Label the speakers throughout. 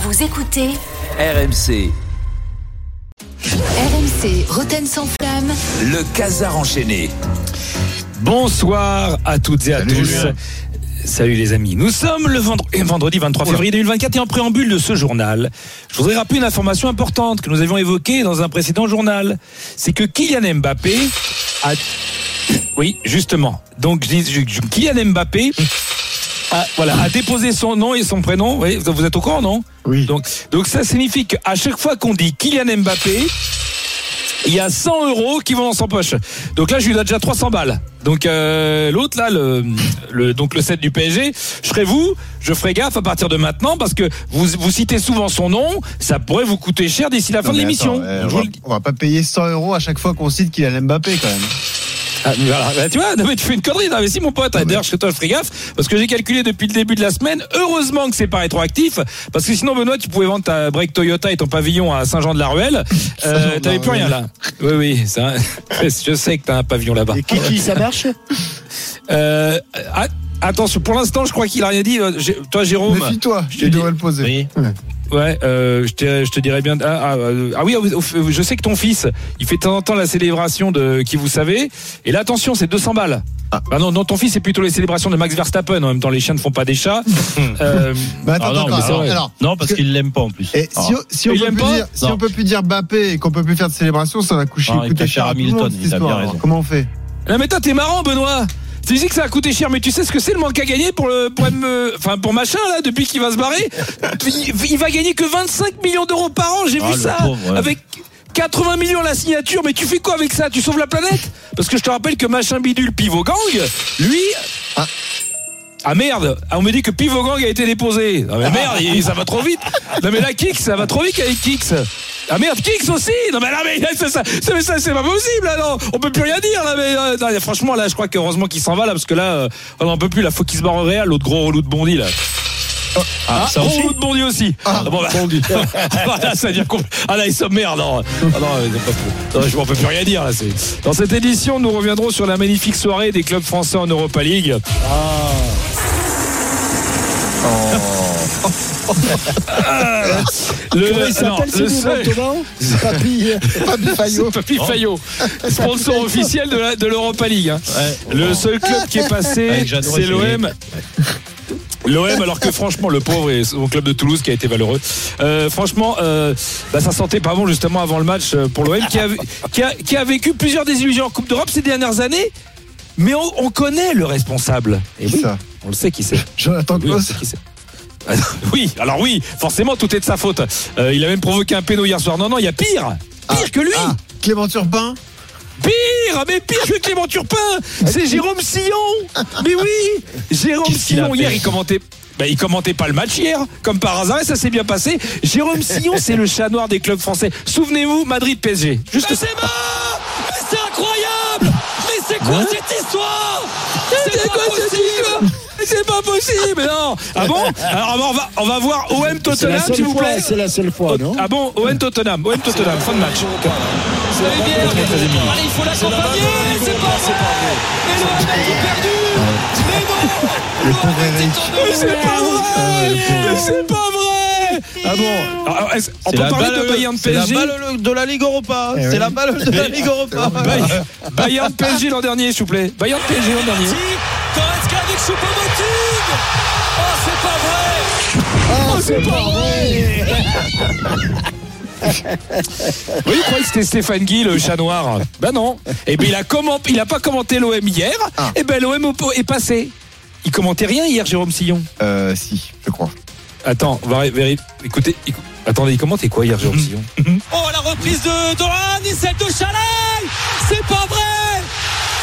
Speaker 1: Vous écoutez
Speaker 2: RMC,
Speaker 1: RMC Roten sans flamme.
Speaker 2: le casar enchaîné.
Speaker 3: Bonsoir à toutes et à tous. Salut les amis, nous sommes le vendre- et vendredi 23 février 2024 et en préambule de ce journal, je voudrais rappeler une information importante que nous avions évoquée dans un précédent journal. C'est que Kylian Mbappé a... Oui, justement. Donc je dis- je- je- Kylian Mbappé a, voilà, a déposé son nom et son prénom. Vous voyez, vous êtes au courant, non
Speaker 4: Oui.
Speaker 3: Donc, donc ça signifie qu'à chaque fois qu'on dit Kylian Mbappé, il y a 100 euros qui vont dans son poche. Donc là, je lui donne déjà 300 balles. Donc euh, l'autre là, le, le- donc le 7 du PSG, je serai vous, je ferai gaffe à partir de maintenant parce que vous, vous citez souvent son nom, ça pourrait vous coûter cher d'ici la fin
Speaker 4: Non,
Speaker 3: de
Speaker 4: mais
Speaker 3: l'émission.
Speaker 4: attends, euh,
Speaker 3: Je
Speaker 4: on,
Speaker 3: vous
Speaker 4: va-
Speaker 3: le dis.
Speaker 4: on va pas payer 100 euros à chaque fois qu'on cite qu'il a Mbappé quand même.
Speaker 3: Ah, mais voilà. Bah, tu vois, non, mais tu fais une connerie. Non, mais si mon pote, d'ailleurs, je serai toi, je ferai gaffe parce que j'ai calculé depuis le début de la semaine. Heureusement que c'est pas rétroactif parce que sinon, Benoît, tu pouvais vendre ta break Toyota et ton pavillon à Saint-Jean-de-la-Ruelle. Euh,
Speaker 4: Saint-Jean-de-la-Ruelle.
Speaker 3: T'avais plus rien là. Oui, oui. ça- je sais que t'as un pavillon là-bas.
Speaker 4: Kiki, ça marche
Speaker 3: Euh, a- attention, pour l'instant, je crois qu'il a rien dit. Euh, Gé- Toi, Jérôme.
Speaker 4: Méfie-toi,
Speaker 3: je
Speaker 4: je
Speaker 3: te
Speaker 4: tu
Speaker 3: dis-
Speaker 4: devrais le poser.
Speaker 3: Oui.
Speaker 4: Ouais.
Speaker 3: Ouais, euh, je, te, je te dirais bien. Ah, ah, euh, ah oui, ah oui, au fait, je sais que ton fils, il fait de temps en temps la célébration de qui vous savez. Et là, attention, c'est 200 balles.
Speaker 4: Ah.
Speaker 3: Bah non, non, ton fils, c'est plutôt les célébrations de Max Verstappen. En même temps, les chiens ne font pas des chats. Euh,
Speaker 4: Mais attends,
Speaker 5: Ah non,
Speaker 4: attends,
Speaker 5: mais c'est
Speaker 4: alors,
Speaker 5: vrai.
Speaker 4: alors,
Speaker 5: Non, parce
Speaker 4: que-
Speaker 5: qu'il l'aime pas en plus. Ah.
Speaker 4: et si, on- si on
Speaker 3: Ah. Il
Speaker 4: peut
Speaker 3: aime
Speaker 4: plus
Speaker 3: pas Ah,
Speaker 4: dire, si
Speaker 5: Non.
Speaker 4: on peut plus dire Mbappé et qu'on peut plus faire de célébration, ça va coucher,
Speaker 5: Non, il
Speaker 4: coûter
Speaker 5: préfère
Speaker 4: cher à tout le
Speaker 5: Hamilton,
Speaker 4: monde, cette
Speaker 5: il a bien
Speaker 4: histoire. Alors,
Speaker 5: raison.
Speaker 4: Comment on fait
Speaker 3: non, mais toi, t'es marrant, Benoît. Tu dis que ça a coûté cher, mais tu sais ce que c'est le manque à gagner pour le pour M- enfin pour machin là depuis qu'il va se barrer. Il, il va gagner que 25 millions d'euros par an. J'ai
Speaker 5: Ah,
Speaker 3: vu
Speaker 5: le
Speaker 3: ça
Speaker 5: pauvre, ouais.
Speaker 3: avec 80 millions la signature. Mais tu fais quoi avec ça Tu sauves la planète Parce que je te rappelle que machin bidule pivot gang, lui.
Speaker 4: Ah.
Speaker 3: Ah merde, Ah, on me dit que Pivot Gang a été déposé. Ah mais merde, il- ça va trop vite. Non mais la Kix, ça va trop vite avec Kix. Ah merde, Kix aussi. Non mais là, mais c'est ça, c'est- mais ça, c'est pas possible. Là, non. on peut plus rien dire. Là, mais euh, non, franchement, là, je crois qu'heureusement qu'il s'en va là, parce que là, euh, on en peut plus. La faut qu'il se barre au Real, l'autre gros relou de Bondy là. Ah,
Speaker 5: ça
Speaker 3: gros
Speaker 5: aussi
Speaker 3: relou de Bondy aussi.
Speaker 4: Ah,
Speaker 3: bon, bah, ah, là, ça devient compl- Ah là, ils sont merde. Non, Ah, non, euh, non, je m'en peux plus rien dire. Là, c'est- Dans cette édition, nous reviendrons sur la magnifique soirée des clubs français en Europa League. Le, non, le seul-
Speaker 4: Papy, Papy Fayot.
Speaker 3: Papy Fayot, sponsor officiel de la- de l'Europa League. hein.
Speaker 5: Ouais.
Speaker 3: Le seul club qui est passé,
Speaker 5: Avec Jeannot,
Speaker 3: c'est
Speaker 5: il est-
Speaker 3: l'OM. L'OM, alors que franchement, le pauvre et son club de Toulouse qui a été valeureux. Euh, franchement, euh, bah, ça sentait pas bon justement avant le match euh, pour l'OM qui a, qui, a, qui a vécu plusieurs désillusions en Coupe d'Europe ces dernières années. Mais on, on connaît le responsable. Et oui,
Speaker 4: ça
Speaker 3: on le sait qui c'est.
Speaker 4: Jonathan
Speaker 3: Oui, on
Speaker 4: Klaus.
Speaker 3: sait qui c'est. Ah, Oui, alors oui, forcément tout est de sa faute. Euh, il a même provoqué un péno hier soir. Non, non, il y a pire, pire que lui.
Speaker 4: Ah, Clément Turpin.
Speaker 3: Pire, mais pire que Clément Turpin, c'est Jérôme Sillon. Mais oui, Jérôme
Speaker 5: Qu'est-ce qu'il a
Speaker 3: Sillon hier
Speaker 5: fait
Speaker 3: il commentait. bah, il commentait pas le match hier, comme par hasard, et ça s'est bien passé. Jérôme Sillon, c'est le chat noir des clubs français. Souvenez-vous, Madrid PSG. Juste ça.
Speaker 6: C'est incroyable Mais c'est quoi cette histoire
Speaker 3: Hein C'est quoi ce truc C'est pas possible, non. Ah bon Alors on va, on va voir OM Tottenham, s'il vous plaît. C'est la seule fois, non Ah bon, OM Tottenham, OM Tottenham, fin de match.
Speaker 6: Allez, il faut l'accompagner C'est pas vrai Mais l'OM a tout perdu Mais non
Speaker 4: Le pauvre
Speaker 6: L'OM était
Speaker 5: Ah,
Speaker 6: en
Speaker 3: Mais c'est
Speaker 6: danger.
Speaker 3: pas vrai Mais c'est pas vrai Ah bon Alors, est-ce- On
Speaker 5: C'est
Speaker 3: peut
Speaker 5: la
Speaker 3: parler de
Speaker 5: balle-
Speaker 3: Bayern
Speaker 5: c'est
Speaker 3: PSG
Speaker 5: la balle de la Ligue Europa.
Speaker 4: Eh
Speaker 5: c'est
Speaker 4: oui.
Speaker 5: la balle de la Ligue Europa.
Speaker 3: Bay- Bayern PSG l'an dernier, s'il vous plaît. Bayern PSG l'an dernier.
Speaker 6: Goretzka avec Choupo-Moting Oh, c'est pas vrai
Speaker 5: Oh,
Speaker 3: Oh, Oui, il croyait que c'était Stéphane Guy, le chat noir. Ben non. Eh ben il a, comment... il a pas commenté l'OM hier.
Speaker 5: Ah.
Speaker 3: Eh ben l'OM au- est passé. Il commentait rien hier, Jérôme Sillon.
Speaker 4: Euh, si, je crois.
Speaker 3: Attends, on va ré- vérifier. Écoutez, écou- attendez, il commentait quoi hier, Jérôme Sillon
Speaker 6: Oh, la reprise de Dolan et celle de Chalal C'est pas vrai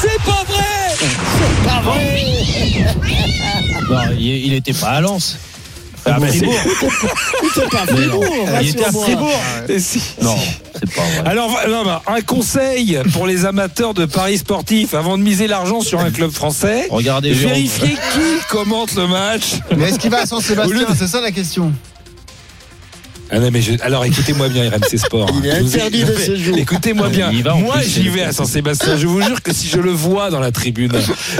Speaker 6: C'est pas vrai
Speaker 5: Non, il, il était pas à Lens.
Speaker 3: Ah, bah, c'est-
Speaker 6: C'était pas Fribourg,
Speaker 3: Il était à
Speaker 6: rassure-moi.
Speaker 3: Fribourg. Et si-
Speaker 5: Non,
Speaker 3: si.
Speaker 5: c'est pas vrai.
Speaker 3: Alors, va- non, bah, un conseil pour les amateurs de paris sportifs avant de miser l'argent sur un club français.
Speaker 5: Regardez, Jérôme.
Speaker 3: Vérifiez qui commente le match.
Speaker 4: Mais est-ce qu'il va à
Speaker 3: Au lieu
Speaker 4: San-Sébastien
Speaker 3: de-
Speaker 4: C'est ça la question.
Speaker 3: Ah non, mais je- Alors écoutez-moi bien RMC Sport. hein.
Speaker 6: Il est
Speaker 3: Je vous ai-
Speaker 6: interdit de séjour.
Speaker 3: Écoutez-moi bien.
Speaker 5: Il y va, en
Speaker 3: Moi
Speaker 5: plus,
Speaker 3: j'y
Speaker 5: c'est-
Speaker 3: vais à Saint-Sébastien. Je vous jure que si je le vois dans la tribune,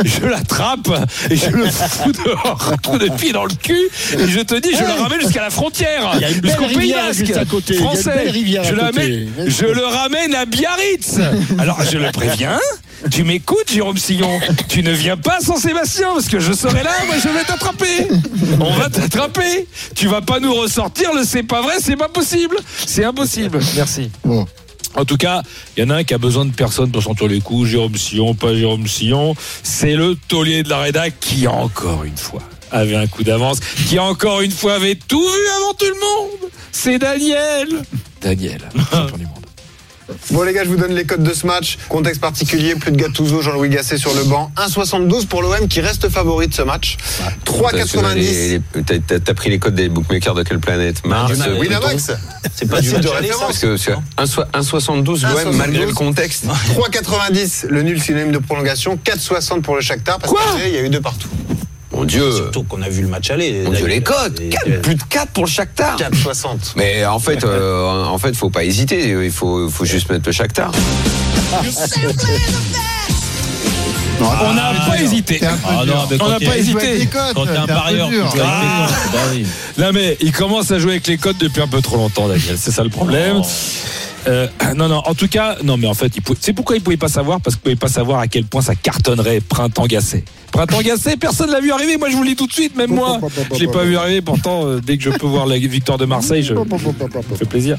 Speaker 3: je l'attrape et je le fous dehors, coup de pied dans le cul et je te dis, je le ramène jusqu'à la frontière,
Speaker 6: Il y a une belle
Speaker 3: jusqu'au Pays
Speaker 6: rivière
Speaker 3: Basque.
Speaker 6: juste à côté. Il y a une
Speaker 3: français.
Speaker 6: belle rivière à
Speaker 3: je, le
Speaker 6: côté.
Speaker 3: ramène, je le ramène à Biarritz. Alors je le préviens. Tu m'écoutes, Jérôme Sillon. Tu ne viens pas à Saint-Sébastien parce que je serai là. Moi, je vais t'attraper. On va t'attraper. Tu vas pas nous ressortir le c'est pas vrai, c'est pas possible. C'est impossible. Merci.
Speaker 4: Bon.
Speaker 3: En tout cas, il y en a un qui a besoin de personne pour sentir les coups. Jérôme Sillon, pas Jérôme Sillon. C'est le taulier de la rédac qui, encore une fois, avait un coup d'avance, qui, encore une fois, avait tout vu avant tout le monde. C'est Daniel. Daniel, champion du monde.
Speaker 7: Bon les gars, je vous donne les codes de ce match. Contexte particulier, plus de Gattuso, Jean-Louis Gasset sur le banc. 1,72 pour l'OM qui reste favori de ce match. 3,90.
Speaker 8: T'as- T'as t'as pris les codes des bookmakers de quelle planète Mars
Speaker 4: Ah,
Speaker 8: euh,
Speaker 7: Winamax,
Speaker 5: C'est pas
Speaker 7: le
Speaker 5: du
Speaker 7: site de
Speaker 5: match aller, ça.
Speaker 8: Parce
Speaker 7: référence.
Speaker 8: que c'est un so- 1,72 l'OM, malgré le
Speaker 7: 1,72.
Speaker 8: contexte.
Speaker 7: 3,90 le nul synonyme de prolongation. 4,60 pour le Shakhtar parce qu'il y a eu deux partout.
Speaker 8: Mon Dieu,
Speaker 5: Surtout qu'on a vu le match aller.
Speaker 8: mon Dieu, les codes
Speaker 5: Et-
Speaker 8: Quatre- Plus de 4 pour le Shakhtar
Speaker 7: 4,60.
Speaker 8: mais en fait, euh, en fait, faut pas hésiter. Il faut, faut juste mettre le Shakhtar.
Speaker 3: On n'a pas hésité.
Speaker 4: T'es un peu
Speaker 5: Ah
Speaker 4: dur.
Speaker 5: non, mais
Speaker 3: On
Speaker 5: quand
Speaker 3: n'a
Speaker 5: t'es-
Speaker 3: pas hésité.
Speaker 5: Quand t'es un parieur, tu joues avec les
Speaker 3: Ah.
Speaker 5: codes. Bah oui.
Speaker 3: Non mais il commence à jouer avec les codes depuis un peu trop longtemps, Daniel. C'est ça le problème.
Speaker 5: Oh.
Speaker 3: Euh, non, non, en tout cas, non, mais en fait, il pouvait- c'est pourquoi il pouvait pas savoir, parce qu'il pouvait pas savoir à quel point ça cartonnerait Printemps Gacé. Printemps Gacé, personne l'a vu arriver, moi je vous le dis tout de suite, même moi. Je l'ai pas vu arriver, pourtant, euh, dès que je peux voir la victoire de Marseille, je, ça me fait plaisir.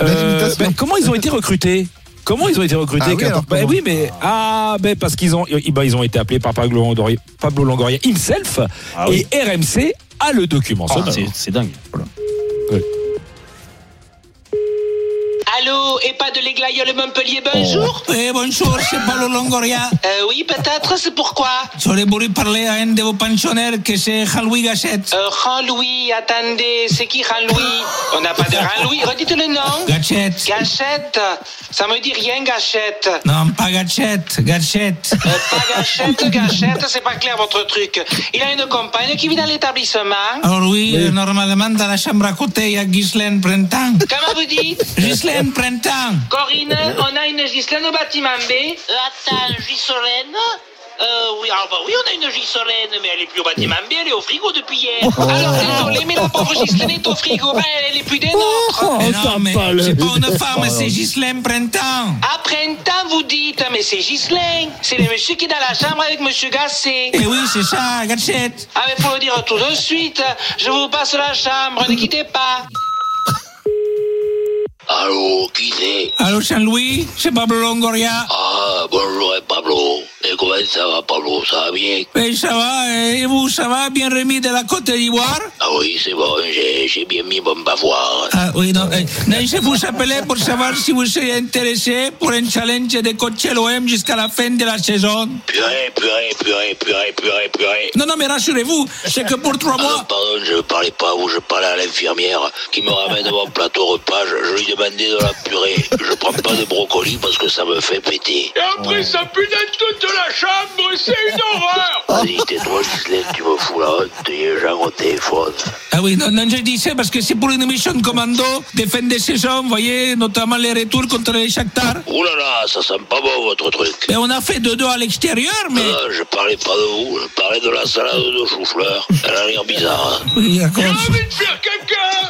Speaker 3: Euh,
Speaker 4: L'invitation.
Speaker 3: ben, comment ils ont été recrutés Comment ils ont été recrutés
Speaker 4: Ah oui,
Speaker 3: Quentin
Speaker 4: alors,
Speaker 3: Ben
Speaker 4: comment
Speaker 3: oui, mais ah ben parce qu'ils ont ils- ben, ils ont été appelés par Pablo Longoria, Pablo Longoria himself
Speaker 5: Ah oui.
Speaker 3: et RMC a le document.
Speaker 5: Ah,
Speaker 3: sonore.
Speaker 5: c'est- C'est dingue. Voilà.
Speaker 9: Allô, et pas de l'Églaïole Montpellier, bonjour
Speaker 10: Eh, bonjour, c'est Paolo Longoria.
Speaker 9: Euh, Oui, peut-être, c'est pourquoi
Speaker 10: J'aurais voulu parler à un de vos pensionnaires que c'est Jean-Louis Gachette.
Speaker 9: euh, Jean-Louis, attendez, c'est qui Jean-Louis On n'a pas de Jean-Louis, redites le nom
Speaker 10: Gachette.
Speaker 9: Gachette Ça me dit rien, Gachette
Speaker 10: Non, pas Gachette, Gachette.
Speaker 9: Euh, Pas Gachette, Gachette, c'est pas clair votre truc. Il a une compagne qui vit dans l'établissement.
Speaker 10: Alors oui, euh, normalement dans la chambre à côté, il y a Ghislaine Printemps.
Speaker 9: Comment vous dites
Speaker 10: Ghislaine Printemps.
Speaker 9: Corinne, on a une Ghislaine au bâtiment B. Euh, attends, Gisolène euh, oui, ah bah oui, on a une Gisolène, mais elle est plus au bâtiment B, elle est au frigo depuis hier. Alors désolé, mais la pauvre Gislaine est au frigo, ben, elle est plus des nôtres.
Speaker 10: Mais Eh non, mais c'est pas une femme, c'est Ghislaine Printemps.
Speaker 9: À printemps, vous dites, mais c'est Ghislaine, c'est le monsieur qui est dans la chambre avec monsieur Gassé.
Speaker 10: Eh oui, c'est ça, Gachette.
Speaker 9: Ah mais pour le dire tout de suite, je vous passe la chambre, ne quittez pas. Allô, qui c'est
Speaker 10: Allô, Jean-Louis, c'est Pablo Longoria.
Speaker 9: Ah, bonjour, Pablo. Et comment ça va, Pablo Ça va bien
Speaker 10: Eh, ça va, eh, et vous, ça va, bien remis de la Côte d'Ivoire
Speaker 9: Ah oui, c'est bon, j'ai j'ai bien mis mon bavoir.
Speaker 10: Ah oui, non, eh, non, je vous appelais pour savoir si vous seriez intéressé pour un challenge de coacher l'OM jusqu'à la fin de la saison.
Speaker 9: Purée, purée, purée, purée, purée, purée.
Speaker 10: Non, non, mais rassurez-vous, c'est que pour trois
Speaker 9: Ah non,
Speaker 10: mois.
Speaker 9: pardon, je parlais pas à vous, je parlais à l'infirmière qui me ramène mon plateau repas. Je, je lui demandais de la purée. Je prends pas de brocoli parce que ça me fait péter. Et après, ça pue dans toute la chambre, c'est une horreur Vas-y, tais-toi, Ghislaine, tu me fous la honte, les gens au téléphone.
Speaker 10: Ah oui, non, non, je disais parce que c'est pour une mission commando de fin de saison, vous voyez, notamment les retours contre les Shakhtar.
Speaker 9: Ouh là là, ça sent pas bon votre truc.
Speaker 10: Mais on a fait 2-2 à l'extérieur, mais.
Speaker 9: Ah, je parlais pas de vous, je parlais de la salade de chou-fleur. Elle a l'air bizarre. Hein.
Speaker 10: Oui, d'accord.
Speaker 11: Oh.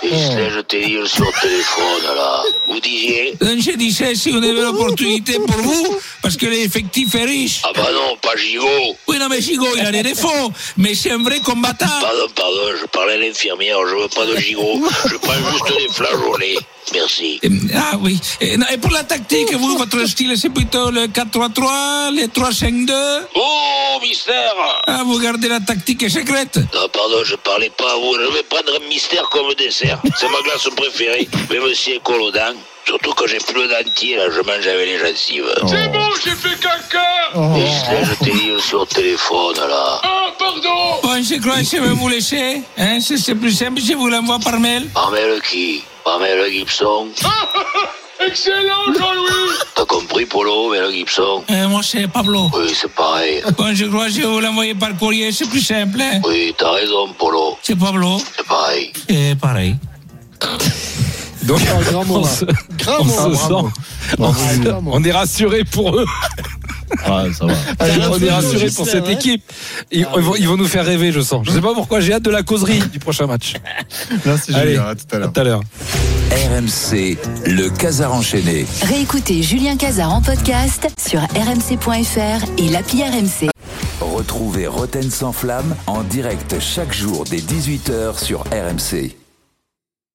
Speaker 9: Ghislaine, je t'ai dit, je suis au téléphone là. Vous disiez
Speaker 10: Non, je disais si on avait l'opportunité pour vous, parce que l'effectif est riche.
Speaker 9: Ah bah non, pas gigot.
Speaker 10: Oui, non, mais Chico, il a des défauts, mais c'est un vrai combattant.
Speaker 9: Pardon, Ah pardon, je parlais à l'infirmière, je veux pas de gigot. Je prends juste des flageolets. Merci.
Speaker 10: Euh, Ah oui. Et, non, et pour la tactique, vous, votre style, c'est plutôt le 4-3-3, le 3-5-2.
Speaker 9: Oh, mystère
Speaker 10: Ah, vous gardez la tactique secrète.
Speaker 9: Non, pardon, je parlais pas à vous. Je vais prendre un mystère comme dessert. C'est ma glace préférée. Même si elle colle aux dents, Surtout que j'ai plus le dentier, là, je mange avec les gencives.
Speaker 11: C'est bon, j'ai fait caca
Speaker 9: Et je je te dis sur le téléphone, là.
Speaker 11: Ah, pardon
Speaker 10: Bon, je crois que je vais vous laisser. Hein, c'est c'est plus simple, je vous l'envoie par mail.
Speaker 9: Emmène qui Emmène Gibson
Speaker 11: Excellent, Jean-Louis
Speaker 9: T'as compris, Polo, mais le Gibson
Speaker 10: Euh, moi, c'est Pablo.
Speaker 9: Oui, c'est pareil.
Speaker 10: Bon, je crois que je vais vous l'envoyer par courrier, c'est plus simple. hein.
Speaker 9: Oui, t'as raison, Polo.
Speaker 10: C'est Pablo.
Speaker 9: C'est pareil.
Speaker 10: C'est pareil.
Speaker 3: Donc,
Speaker 4: grand mot,
Speaker 3: on
Speaker 4: là.
Speaker 3: se,
Speaker 4: Grand
Speaker 3: on
Speaker 4: mot.
Speaker 3: se
Speaker 4: Ah, bravo.
Speaker 3: sent- on se- on est rassuré pour eux.
Speaker 5: Ah, ça va.
Speaker 4: Ah,
Speaker 3: on est rassuré pour cette équipe. Ils, ils vont, ils vont nous faire rêver, je sens. Je sais pas pourquoi, j'ai hâte de la causerie du prochain match.
Speaker 4: Là, c'est
Speaker 3: Allez,
Speaker 4: génial. À tout à l'heure.
Speaker 3: à tout à l'heure.
Speaker 2: RMC, le Casar enchaîné.
Speaker 1: Réécoutez Julien Cazard en podcast sur rmc.fr et l'appli RMC.
Speaker 2: Retrouvez Roten sans flamme en direct chaque jour dès 18h sur RMC.